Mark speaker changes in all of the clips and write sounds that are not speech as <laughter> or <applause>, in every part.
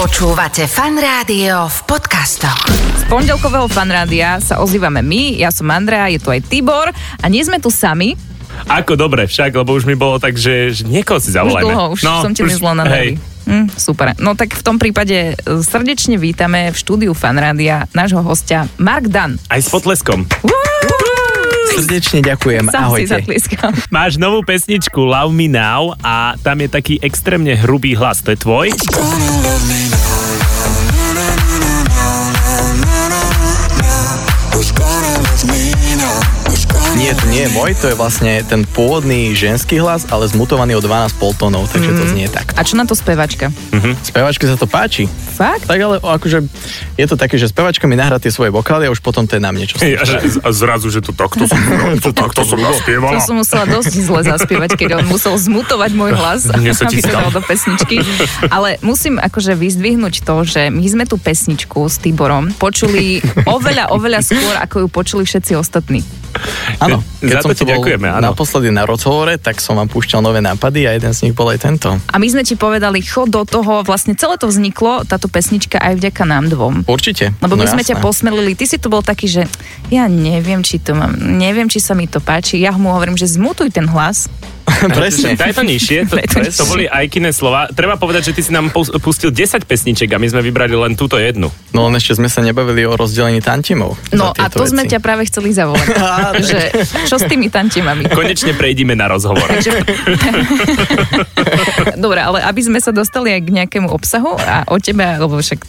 Speaker 1: Počúvate fan rádio v podcastoch.
Speaker 2: Z pondelkového fanrádia sa ozývame my, ja som Andrea, je tu aj Tibor a nie sme tu sami,
Speaker 3: Ako dobre však, lebo už mi bolo tak, že, že niekoho si
Speaker 2: už
Speaker 3: zavolajme. No,
Speaker 2: dlho, už som ti nezlo na nervy.
Speaker 3: hej,
Speaker 2: Hm, super. No tak v tom prípade e, srdečne vítame v štúdiu fanrádia nášho hostia Mark Dan.
Speaker 3: Aj s potleskom.
Speaker 2: Uú,
Speaker 4: Srdečne ďakujem,
Speaker 2: Sám si
Speaker 4: ahojte.
Speaker 2: zatlieskal.
Speaker 3: Máš novú pesničku Love Me Now a tam je taký extrémne hrubý hlas. To je tvoj?
Speaker 5: Who's gonna love me now? Who's gonna
Speaker 4: Nie, to nie je môj, to je vlastne ten pôvodný ženský hlas, ale zmutovaný o 12 poltónov, takže
Speaker 2: Mm.
Speaker 4: to znie tak.
Speaker 2: A čo na to spevačka?
Speaker 4: Spevačke sa to páči.
Speaker 2: Fakt?
Speaker 4: Tak ale akože je to také, že spevačka mi nahrá tie svoje vokály a už potom to je na
Speaker 2: <laughs>
Speaker 4: mne čo.
Speaker 6: Hej, a, že- a zrazu, že to takto som, to takto som
Speaker 2: To
Speaker 6: naspievala.
Speaker 2: som musela dosť zle zaspievať, keď on musel zmutovať môj
Speaker 4: <laughs>
Speaker 2: hlas,
Speaker 6: Mne sa ti
Speaker 2: aby sa
Speaker 6: stalo.
Speaker 2: dal do pesničky. Ale musím akože vyzdvihnúť to, že my sme tú pesničku s Tiborom počuli oveľa, oveľa skôr, ako ju počuli všetci ostatní.
Speaker 4: Áno,
Speaker 3: Za to ti ďakujeme, áno.
Speaker 4: naposledy na rozhovore, tak som vám púšťal nové nápady a jeden z nich bol aj tento.
Speaker 2: A my sme ti povedali, chod do toho, vlastne celé to vzniklo, táto pesnička aj vďaka nám dvom.
Speaker 4: Určite.
Speaker 2: Lebo my
Speaker 4: no
Speaker 2: sme ťa <laughs>
Speaker 4: jasné.
Speaker 2: posmelili, ty si tu bol taký, že ja neviem, či to mám, neviem, či sa mi to páči. Ja mu hovorím, že zmutuj ten hlas.
Speaker 4: <laughs> Presne.
Speaker 3: Daj to nižšie, to,
Speaker 2: Daj to
Speaker 3: to, to boli Aikine slova. Treba povedať, že ty si nám pus- pustil 10 pesniček a my sme vybrali len túto jednu.
Speaker 4: No len ešte sme sa nebavili o rozdelení tantimov.
Speaker 2: No
Speaker 4: za
Speaker 2: a
Speaker 4: tieto
Speaker 2: to sme
Speaker 4: veci.
Speaker 2: ťa práve chceli
Speaker 4: <laughs>
Speaker 2: zavolať. že čo s tými tantimami?
Speaker 3: Konečne prejdime na rozhovor. <laughs>
Speaker 2: Dobre, ale aby sme sa dostali aj k nejakému obsahu a o tebe, lebo však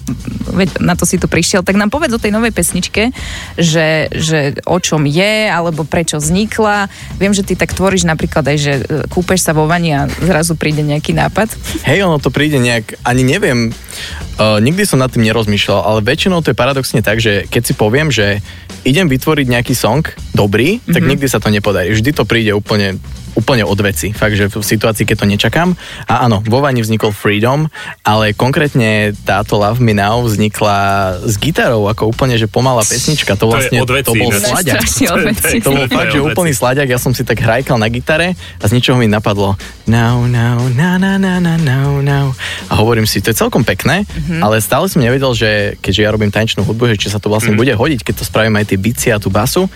Speaker 2: veď na to si tu prišiel, tak nám povedz o tej novej pesničke, že, že o čom je, alebo prečo vznikla. Viem, že ty tak tvoríš napríklad aj, že e, kúpeš sa vo vani a zrazu príde nejaký nápad.
Speaker 4: Hej, ono to príde nejak, ani neviem, uh, nikdy som nad tým nerozmýšľal, ale väčšinou to je paradoxne tak, že keď si poviem, že idem vytvoriť nejaký song dobrý, tak
Speaker 3: Mhm.
Speaker 4: mm-hmm. nikdy sa to nepodarí. Vždy to príde úplne úplne od veci. Fakt, že v situácii, keď to nečakám. A áno, vo Vani vznikol Freedom, ale konkrétne táto Love Me Now vznikla s gitarou, ako úplne, že pomalá pesnička. To
Speaker 3: To je
Speaker 4: vlastne,
Speaker 3: od veci
Speaker 4: to bol
Speaker 3: ináč.
Speaker 4: slaďak.
Speaker 2: strašne
Speaker 3: No, To je- to je-
Speaker 2: odveci.
Speaker 4: To bol
Speaker 3: To je
Speaker 4: fakt, že
Speaker 3: od
Speaker 4: úplný
Speaker 3: veci.
Speaker 4: slaďak, ja som si tak hrajkal na gitare a z ničoho mi napadlo now, now, na, na, na, na, now, now. A hovorím si, to je celkom pekné, mm-hmm. ale stále som nevedel, že keďže ja robím tanečnú hudbu, že či sa to vlastne
Speaker 3: Mhm.
Speaker 4: mm-hmm. bude hodiť, keď to spravím aj tie bicie a tú basu.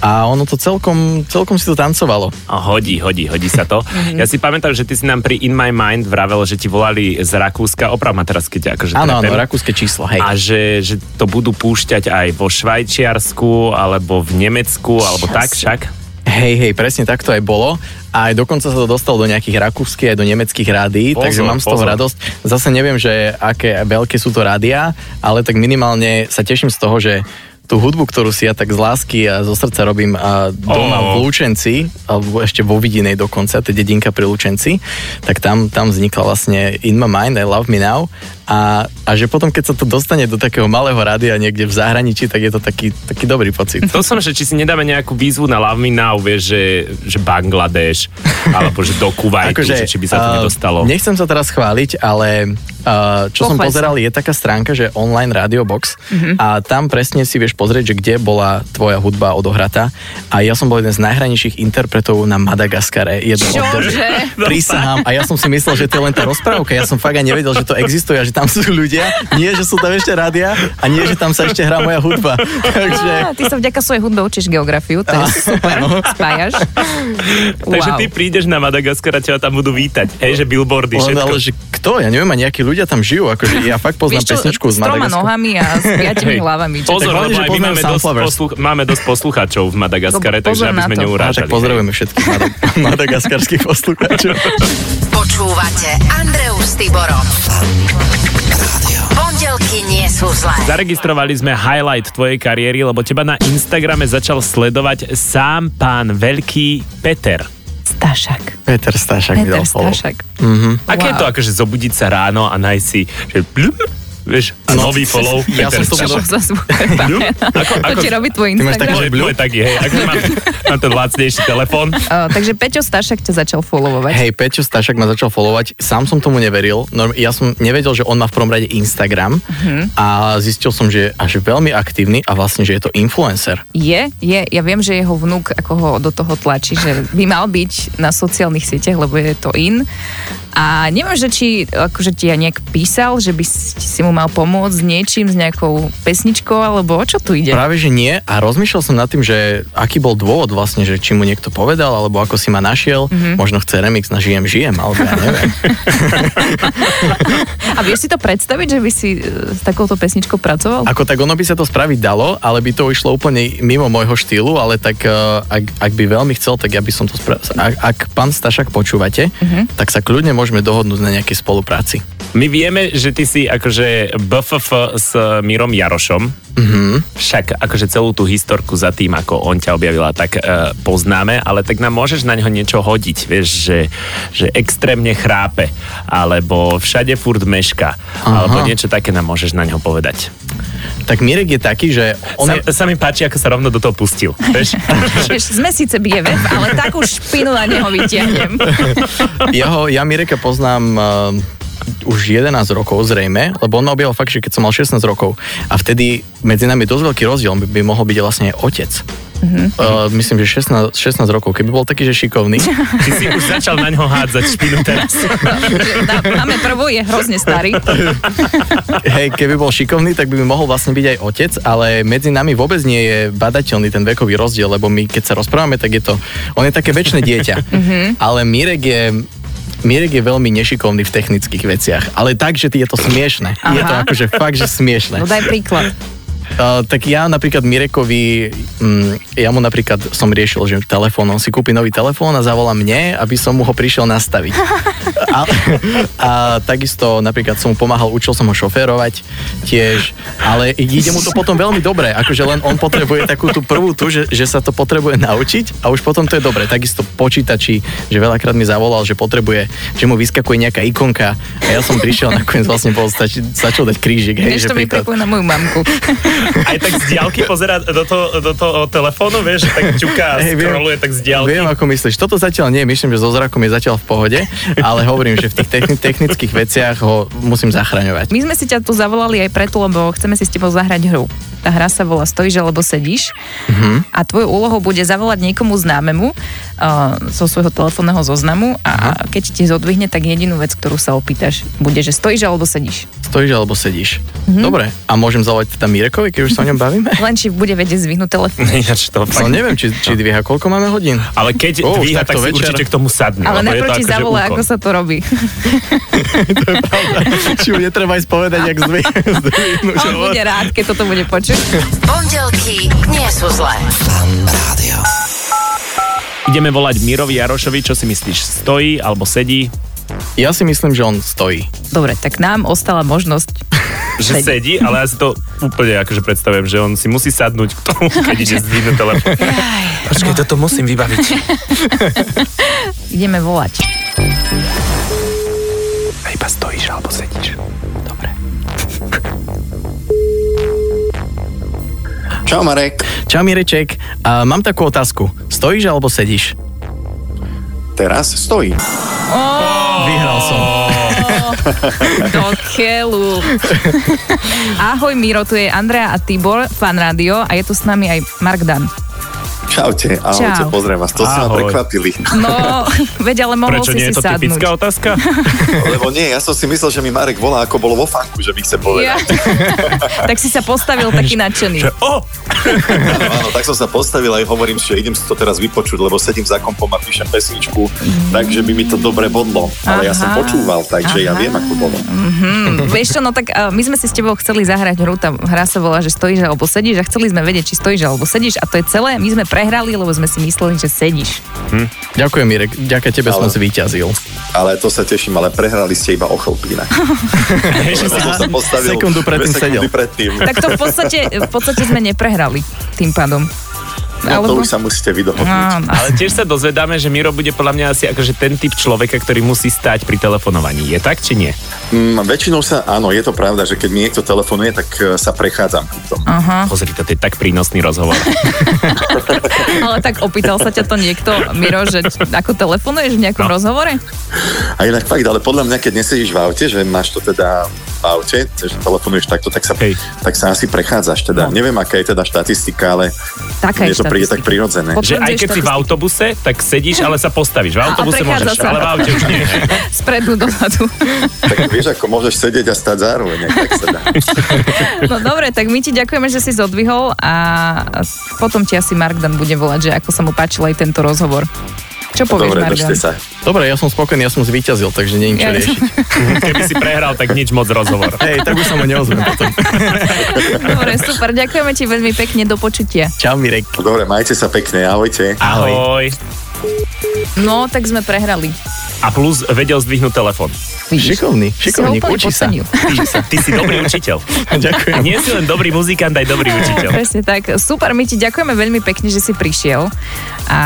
Speaker 4: A ono to celkom, celkom si to tancovalo.
Speaker 3: A hodí, hodí, hodí sa to. ja si pamätám, že ty si nám pri In My Mind vravel, že ti volali z Rakúska. Oprav ma teraz, keď ťa akože
Speaker 4: Áno, áno,
Speaker 3: trepem.
Speaker 4: rakúske číslo, hej.
Speaker 3: a že, že to budú púšťať aj vo Švajčiarsku, alebo v Nemecku, alebo
Speaker 2: Čas.
Speaker 3: tak však.
Speaker 4: Hej, hej, presne tak to aj bolo. A aj dokonca sa to dostalo do nejakých rakúskych aj do nemeckých rádií,
Speaker 3: Pozor,
Speaker 4: takže mám z toho
Speaker 3: pozor.
Speaker 4: radosť. Zase neviem, že aké veľké sú to rádia, ale tak minimálne sa teším z toho, že tú hudbu, ktorú si ja tak z lásky a zo srdca robím a doma
Speaker 3: Ó.
Speaker 4: v Lučenci, alebo ešte vo Vidinej dokonca, to je dedinka pri Lučenci, tak tam, tam vznikla vlastne In My Mind, I Love Me Now a, a že potom, keď sa to dostane do takého malého rádia niekde v zahraničí, tak je to taký, taký dobrý pocit.
Speaker 3: To som, že či si nedáme nejakú výzvu na Love Me Now, vieš, že, že Bangladeš, alebo že do Kuwaitu, že či by sa to
Speaker 4: eh,
Speaker 3: nedostalo.
Speaker 4: Nechcem sa teraz chváliť, ale uh, čo som
Speaker 2: Pochváľ sa. Mhm.
Speaker 4: pozeral, je taká stránka, že online Radio Box a tam presne si vieš pozrieť, že kde bola tvoja hudba odohratá a ja som bol jeden z najhranejších interpretov na Madagaskare. Jedno
Speaker 2: Čože?
Speaker 4: Prísahám a ja som si myslel, že to je len tá rozprávka. Ja som fakt aj nevedel, že to existuje a že tam sú ľudia. Nie, že sú tam ešte rádia a nie, že tam sa ešte hrá moja
Speaker 2: <laughs>
Speaker 4: hudba. Takže...
Speaker 2: Á, ty sa vďaka svojej hudbe učíš geografiu, to je super, spájaš.
Speaker 3: Takže
Speaker 2: wow.
Speaker 3: ty prídeš na Madagaskar a teba tam budú vítať. Hej, že billboardy,
Speaker 4: Len,
Speaker 3: všetko.
Speaker 4: ale že kto? Ja neviem, a nejakí ľudia tam žijú. Akože ja fakt
Speaker 2: Vieš
Speaker 4: poznám
Speaker 2: čo,
Speaker 4: pesničku
Speaker 2: s
Speaker 4: z
Speaker 2: troma
Speaker 4: Madagaskaru.
Speaker 2: nohami a s piatimi hlavami. Čo-
Speaker 3: Pozor,
Speaker 4: Tak hlavne,
Speaker 3: lebo aj
Speaker 4: že
Speaker 3: my
Speaker 4: poznajú
Speaker 3: máme dosť,
Speaker 4: Sunflowers.
Speaker 3: posluch- máme dosť poslucháčov v Madagaskare,
Speaker 2: Lebo pozor
Speaker 3: takže aby
Speaker 2: na
Speaker 3: sme
Speaker 2: to.
Speaker 4: Á,
Speaker 3: neurážali.
Speaker 4: No, tak pozdravujeme všetkých <laughs> mada- madagaskarských poslucháčov.
Speaker 1: Počúvate Andreu s Tiborom. Pondelky nie sú zlé.
Speaker 3: Zaregistrovali sme highlight tvojej kariéry, lebo teba na Instagrame začal sledovať sám pán veľký Peter.
Speaker 2: Stašak.
Speaker 4: Peter Stašak mi
Speaker 2: Peter
Speaker 4: dal follow.
Speaker 2: Stašak.
Speaker 3: Aké je to akože zobudiť sa ráno a nájsť si, že blum, vieš, a
Speaker 4: No,
Speaker 3: nový follow.
Speaker 4: ja som to
Speaker 2: Čo
Speaker 4: bol-
Speaker 2: za zvuk? To ti robí tvoj
Speaker 4: Ty máš také,
Speaker 2: Instagram.
Speaker 4: že-
Speaker 3: Blum. je taký, hej, ako mám, mám ten lacnejší telefón.
Speaker 2: Uh, takže Peťo Stašek ťa začal followovať.
Speaker 4: Hej, Peťo Stašak ma začal followovať, sám som tomu neveril, no, ja som nevedel, že on má v prvom rade Instagram a zistil som, že je až veľmi aktívny a vlastne, že je to influencer.
Speaker 2: Je, je, ja viem, že jeho vnúk ako ho do toho tlačí, že by mal byť na sociálnych sieťach, lebo je to in, A neviem, že či akože ti ja nejak písal, že by si si mu mal pomôcť s niečím, s nejakou pesničkou, alebo o čo tu ide?
Speaker 4: Práve že nie a rozmýšľal som nad tým, že aký bol dôvod vlastne, že či mu niekto povedal, alebo ako si ma našiel,
Speaker 2: Mhm.
Speaker 4: mm-hmm. možno chce remix na Žijem, žijem, alebo ja neviem.
Speaker 2: A vieš si to predstaviť, že by si e, s takouto pesničkou pracoval?
Speaker 4: Ako tak ono by sa to spraviť dalo, ale by to išlo úplne mimo môjho štýlu, ale tak eh, ak, ak by veľmi chcel, tak ja by som to spravil. Ak, ak pán Stašak počúvate, mm-hmm. tak sa kľudne môžeme dohodnúť na nejakej spolupráci.
Speaker 3: My vieme, že ty si akože BFF s Mírom Jarošom. Mm-hmm.
Speaker 4: Mhm.
Speaker 3: Však akože celú tú historku za tým, ako on ťa objavila, tak e, poznáme, ale tak nám môžeš na neho niečo hodiť, vieš, že, že extrémne chrápe, alebo všade furt meška, Aha. alebo niečo také nám môžeš na neho povedať.
Speaker 4: Tak Mirek je taký, že on
Speaker 3: sa,
Speaker 4: je...
Speaker 3: sa mi páči, ako sa rovno do toho pustil, vieš.
Speaker 2: Vieš, sme síce BFF, ale takú špinu na neho vytiahnem.
Speaker 4: Jeho, ja Mireka poznám uh, už 11 rokov zrejme, lebo on ma objavil fakt, že keď som mal 16 rokov a vtedy medzi nami je dosť veľký rozdiel, on by, by mohol byť vlastne otec. Mm-hmm. Uh, myslím, že 16, 16 rokov, keby bol taký, že šikovný.
Speaker 3: Ty si už začal na ňo hádzať špinu teraz.
Speaker 2: Že dá- Dáme prvú, je hrozne starý.
Speaker 4: Hej, keby bol šikovný, tak by mi mohol vlastne byť aj otec, ale medzi nami vôbec nie je badateľný ten vekový rozdiel, lebo my keď sa rozprávame, tak je to, on je také väčšie dieťa.
Speaker 2: Mhm.
Speaker 4: ale Mirek je Mirek je veľmi nešikovný v technických veciach, ale tak, že je to smiešne. Aha. Je to akože fakt, že
Speaker 2: No
Speaker 4: smiešne.
Speaker 2: daj príklad.
Speaker 4: Uh, tak ja napríklad Mirekovi, mm, ja mu napríklad som riešil, že telefón, on si kúpi nový telefón a zavolá mne, aby som mu ho prišiel
Speaker 2: <laughs>
Speaker 4: nastaviť. A, a takisto napríklad som mu pomáhal, učil som ho šoférovať tiež, ale ide mu to potom veľmi dobre, akože len on potrebuje takú tú prvú tu, že, že sa to potrebuje naučiť a už potom to je dobre. Takisto počítači, že veľakrát mi zavolal, že potrebuje, že mu vyskakuje nejaká ikonka a ja som prišiel a nakoniec vlastne bol, stač, začal dať krížik. Hej,
Speaker 2: Vieš,
Speaker 4: že
Speaker 2: to mi
Speaker 4: príklad.
Speaker 2: pripomína moju mamku.
Speaker 3: Aj tak z diálky pozera do toho, do toho telefónu, vieš, že tak ťuká a
Speaker 4: Hej, viem.
Speaker 3: scrolluje tak z diálky.
Speaker 4: Viem, ako myslíš. Toto zatiaľ nie, myslím, že so zrakom je zatiaľ v pohode, ale hovorím, že v tých techni- technických veciach ho musím zachraňovať.
Speaker 2: My sme si ťa tu zavolali aj preto, lebo chceme si s tebou zahrať hru. Tá hra sa volá Stojíš alebo sedíš
Speaker 4: Mhm.
Speaker 2: mm-hmm. a tvojou úlohou bude zavolať niekomu známemu uh, zo svojho telefónneho zoznamu
Speaker 4: Mhm.
Speaker 2: a keď ti zodvihne, tak jedinú vec, ktorú sa opýtaš, bude, že stojíš alebo sedíš.
Speaker 4: Stojíš alebo sedíš. Mm-hmm. Dobre, a môžem zavolať tam Mirekovi, keď už sa o ňom
Speaker 2: <laughs>
Speaker 4: bavíme?
Speaker 2: Len či bude vedieť zvihnúť
Speaker 4: <laughs>
Speaker 2: telefón.
Speaker 3: Ináč to
Speaker 4: No
Speaker 3: fakt.
Speaker 4: neviem, či, či dvíha, koľko máme hodín.
Speaker 3: Ale keď
Speaker 4: Ó,
Speaker 3: oh,
Speaker 4: už
Speaker 3: dvíha, tak
Speaker 4: takto
Speaker 3: si
Speaker 4: večer.
Speaker 3: určite k tomu sadne.
Speaker 2: Ale
Speaker 3: lebo je to
Speaker 4: No,
Speaker 2: najprv ti
Speaker 3: akože
Speaker 2: zavolá,
Speaker 3: úkon.
Speaker 2: ako sa to
Speaker 4: <laughs>
Speaker 2: robí.
Speaker 4: Či mu netreba ísť povedať, jak zdvih. No,
Speaker 2: On bude rád, keď toto bude počuť.
Speaker 1: Pondelky nie sú zlé.
Speaker 5: Radio.
Speaker 3: Ideme volať Mirovi Jarošovi, čo si myslíš, stojí alebo sedí?
Speaker 4: <laughs> Ja si myslím, že on stojí.
Speaker 2: Dobre, tak nám ostala možnosť Sedí.
Speaker 3: Že sedí, ale ja si to úplne akože predstavujem, že on si musí sadnúť <laughs> k tomu, keď ide zdvihnúť telefón. Počkaj, toto musím vybaviť.
Speaker 2: Ideme volať.
Speaker 3: A iba stojíš alebo sedíš. Dobre.
Speaker 5: Čau Marek.
Speaker 4: Čau Mireček, a mám takú otázku. Stojíš alebo sedíš?
Speaker 5: Teraz stojí.
Speaker 4: Vyhral som.
Speaker 2: Do keľu. Ahoj Miro, tu je Andrea a Tibor, fan rádio a je tu s nami aj Mark Dan.
Speaker 5: Čaute,
Speaker 2: Čau.
Speaker 5: ahojte, pozriem vás. To ste ma
Speaker 3: Ahoj.
Speaker 5: prekvapili.
Speaker 2: No, <laughs> veď ale mohol
Speaker 3: Prečo
Speaker 2: si
Speaker 3: nie
Speaker 2: si
Speaker 3: je to
Speaker 2: sadnúť.
Speaker 3: typická
Speaker 2: <laughs>
Speaker 3: otázka?
Speaker 5: <laughs> Lebo nie, ja som si myslel, že mi Marek volá, ako bolo vo fanku, že mi chce
Speaker 2: Ja. <laughs>
Speaker 5: povedať.
Speaker 2: tak si sa postavil taký nadšený.
Speaker 3: O,
Speaker 5: Áno, No áno, tak som sa postavil aj hovorím, si, že idem si to teraz vypočuť, lebo sedím za kompom a píšem pesničku, takže by mi to dobre bodlo. Ale ja som
Speaker 2: Mm. Aha.
Speaker 5: počúval, takže ja
Speaker 2: Aha.
Speaker 5: viem, ako bolo.
Speaker 2: Hm, vieš čo, no tak uh, my sme si s tebou chceli zahrať hru, tá hra sa volá, že stojíš alebo sedíš a chceli sme vedieť, či stojíš alebo sedíš a to je celé. My sme prehrali, lebo sme si mysleli, že sedíš.
Speaker 4: Ďakujem Mirek, ďaká tebe som
Speaker 5: Ale-
Speaker 4: zvíťazil.
Speaker 5: Ale to sa teším, ale prehrali ste iba o
Speaker 2: <laughs>
Speaker 5: chlpína.
Speaker 3: vieš, že si-
Speaker 5: som sa postavil
Speaker 4: Sekundu predtým
Speaker 5: dve sekundy
Speaker 4: sedel.
Speaker 5: predtým.
Speaker 2: Tak to v podstate, v podstate sme neprehrali tým pádom.
Speaker 5: No to už sa musíte vydohodnúť.
Speaker 2: Áno.
Speaker 3: ale tiež sa dozvedáme, že Miro bude podľa mňa asi akože ten typ človeka, ktorý musí stať pri telefonovaní. Je tak, či nie?
Speaker 5: Mm, väčšinou sa, áno, je to pravda, že keď mi niekto telefonuje, tak e, sa prechádzam pri tom.
Speaker 2: Aha.
Speaker 3: Pozri, toto je tak prínosný
Speaker 2: <laughs>
Speaker 3: rozhovor.
Speaker 2: Ale tak opýtal sa ťa to niekto, Miro, že č- ako telefonuješ v nejakom no. rozhovore?
Speaker 5: A inak fakt, ale podľa mňa, keď nesedíš v aute, že máš to teda v aute, že telefonuješ takto, tak sa,
Speaker 3: Hej.
Speaker 5: tak sa asi prechádzaš. Teda.
Speaker 2: No.
Speaker 5: Neviem, aká je teda štatistika, ale
Speaker 2: Taká
Speaker 5: mne
Speaker 2: je
Speaker 5: to príde tak
Speaker 2: štatistika.
Speaker 5: prirodzené.
Speaker 2: Pod-
Speaker 3: Že aj keď si v
Speaker 2: Štatistika.
Speaker 3: autobuse, tak sedíš, ale sa postavíš. V autobuse
Speaker 2: prechádza
Speaker 3: môžeš,
Speaker 2: sa.
Speaker 3: ale v aute už nie.
Speaker 2: Spredu dozadu.
Speaker 5: Tak vieš, ako môžeš sedieť a stať zároveň. ak Tak sa dá.
Speaker 2: No dobre, tak my ti ďakujeme, že si zodvihol a potom ti asi Markdan bude volať, že ako sa mu páčil aj tento rozhovor. Čo <laughs> povieš,
Speaker 5: Dobre,
Speaker 2: Markdan?
Speaker 5: držte sa.
Speaker 4: Dobre, ja som spokojný, ja som zvíťazil, takže nie je čo
Speaker 2: Ja-
Speaker 4: riešiť.
Speaker 3: Keby si prehral, tak nič moc
Speaker 2: <laughs>
Speaker 3: rozhovor.
Speaker 4: Hej, tak už sa mu neozvem potom.
Speaker 2: Dobre, super, ďakujeme ti veľmi pekne, do počutia.
Speaker 4: Čau, Mirek.
Speaker 5: Dobre, majte sa pekne, ahojte.
Speaker 3: Ahoj.
Speaker 2: No, tak sme prehrali.
Speaker 3: A plus vedel zdvihnúť telefon.
Speaker 2: Vidíš?
Speaker 4: Šikovný,
Speaker 2: Si ho
Speaker 4: šikovník,
Speaker 2: úplne
Speaker 4: učí sa.
Speaker 2: podcenil.
Speaker 3: Ty, ty si dobrý učiteľ.
Speaker 4: Ďakujem.
Speaker 3: Nie si len dobrý muzikant, aj dobrý učiteľ.
Speaker 2: <laughs> Presne tak. Super, my ti ďakujeme veľmi pekne, že si prišiel. A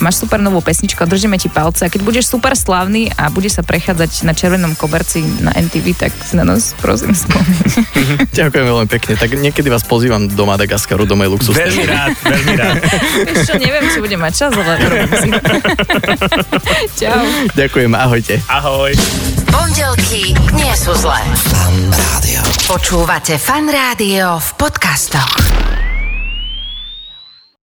Speaker 2: máš super novú pesničku, a držíme ti palce. A keď budeš super slávny a budeš sa prechádzať na červenom koberci na MTV, tak si na nás prosím spomeň.
Speaker 4: <laughs> Ďakujem veľmi pekne. Tak niekedy vás pozývam do Madagaskaru, do mojej luxusnej
Speaker 3: Veľmi
Speaker 4: vily.
Speaker 3: rád, veľmi rád.
Speaker 2: Vieš čo, neviem, či budem mať čas, ale robím si. Čau.
Speaker 4: Ďakujem, ahojte.
Speaker 3: Ahoj.
Speaker 1: Pondelky nie sú zlé. Počúvate Fan Rádio v podcastoch.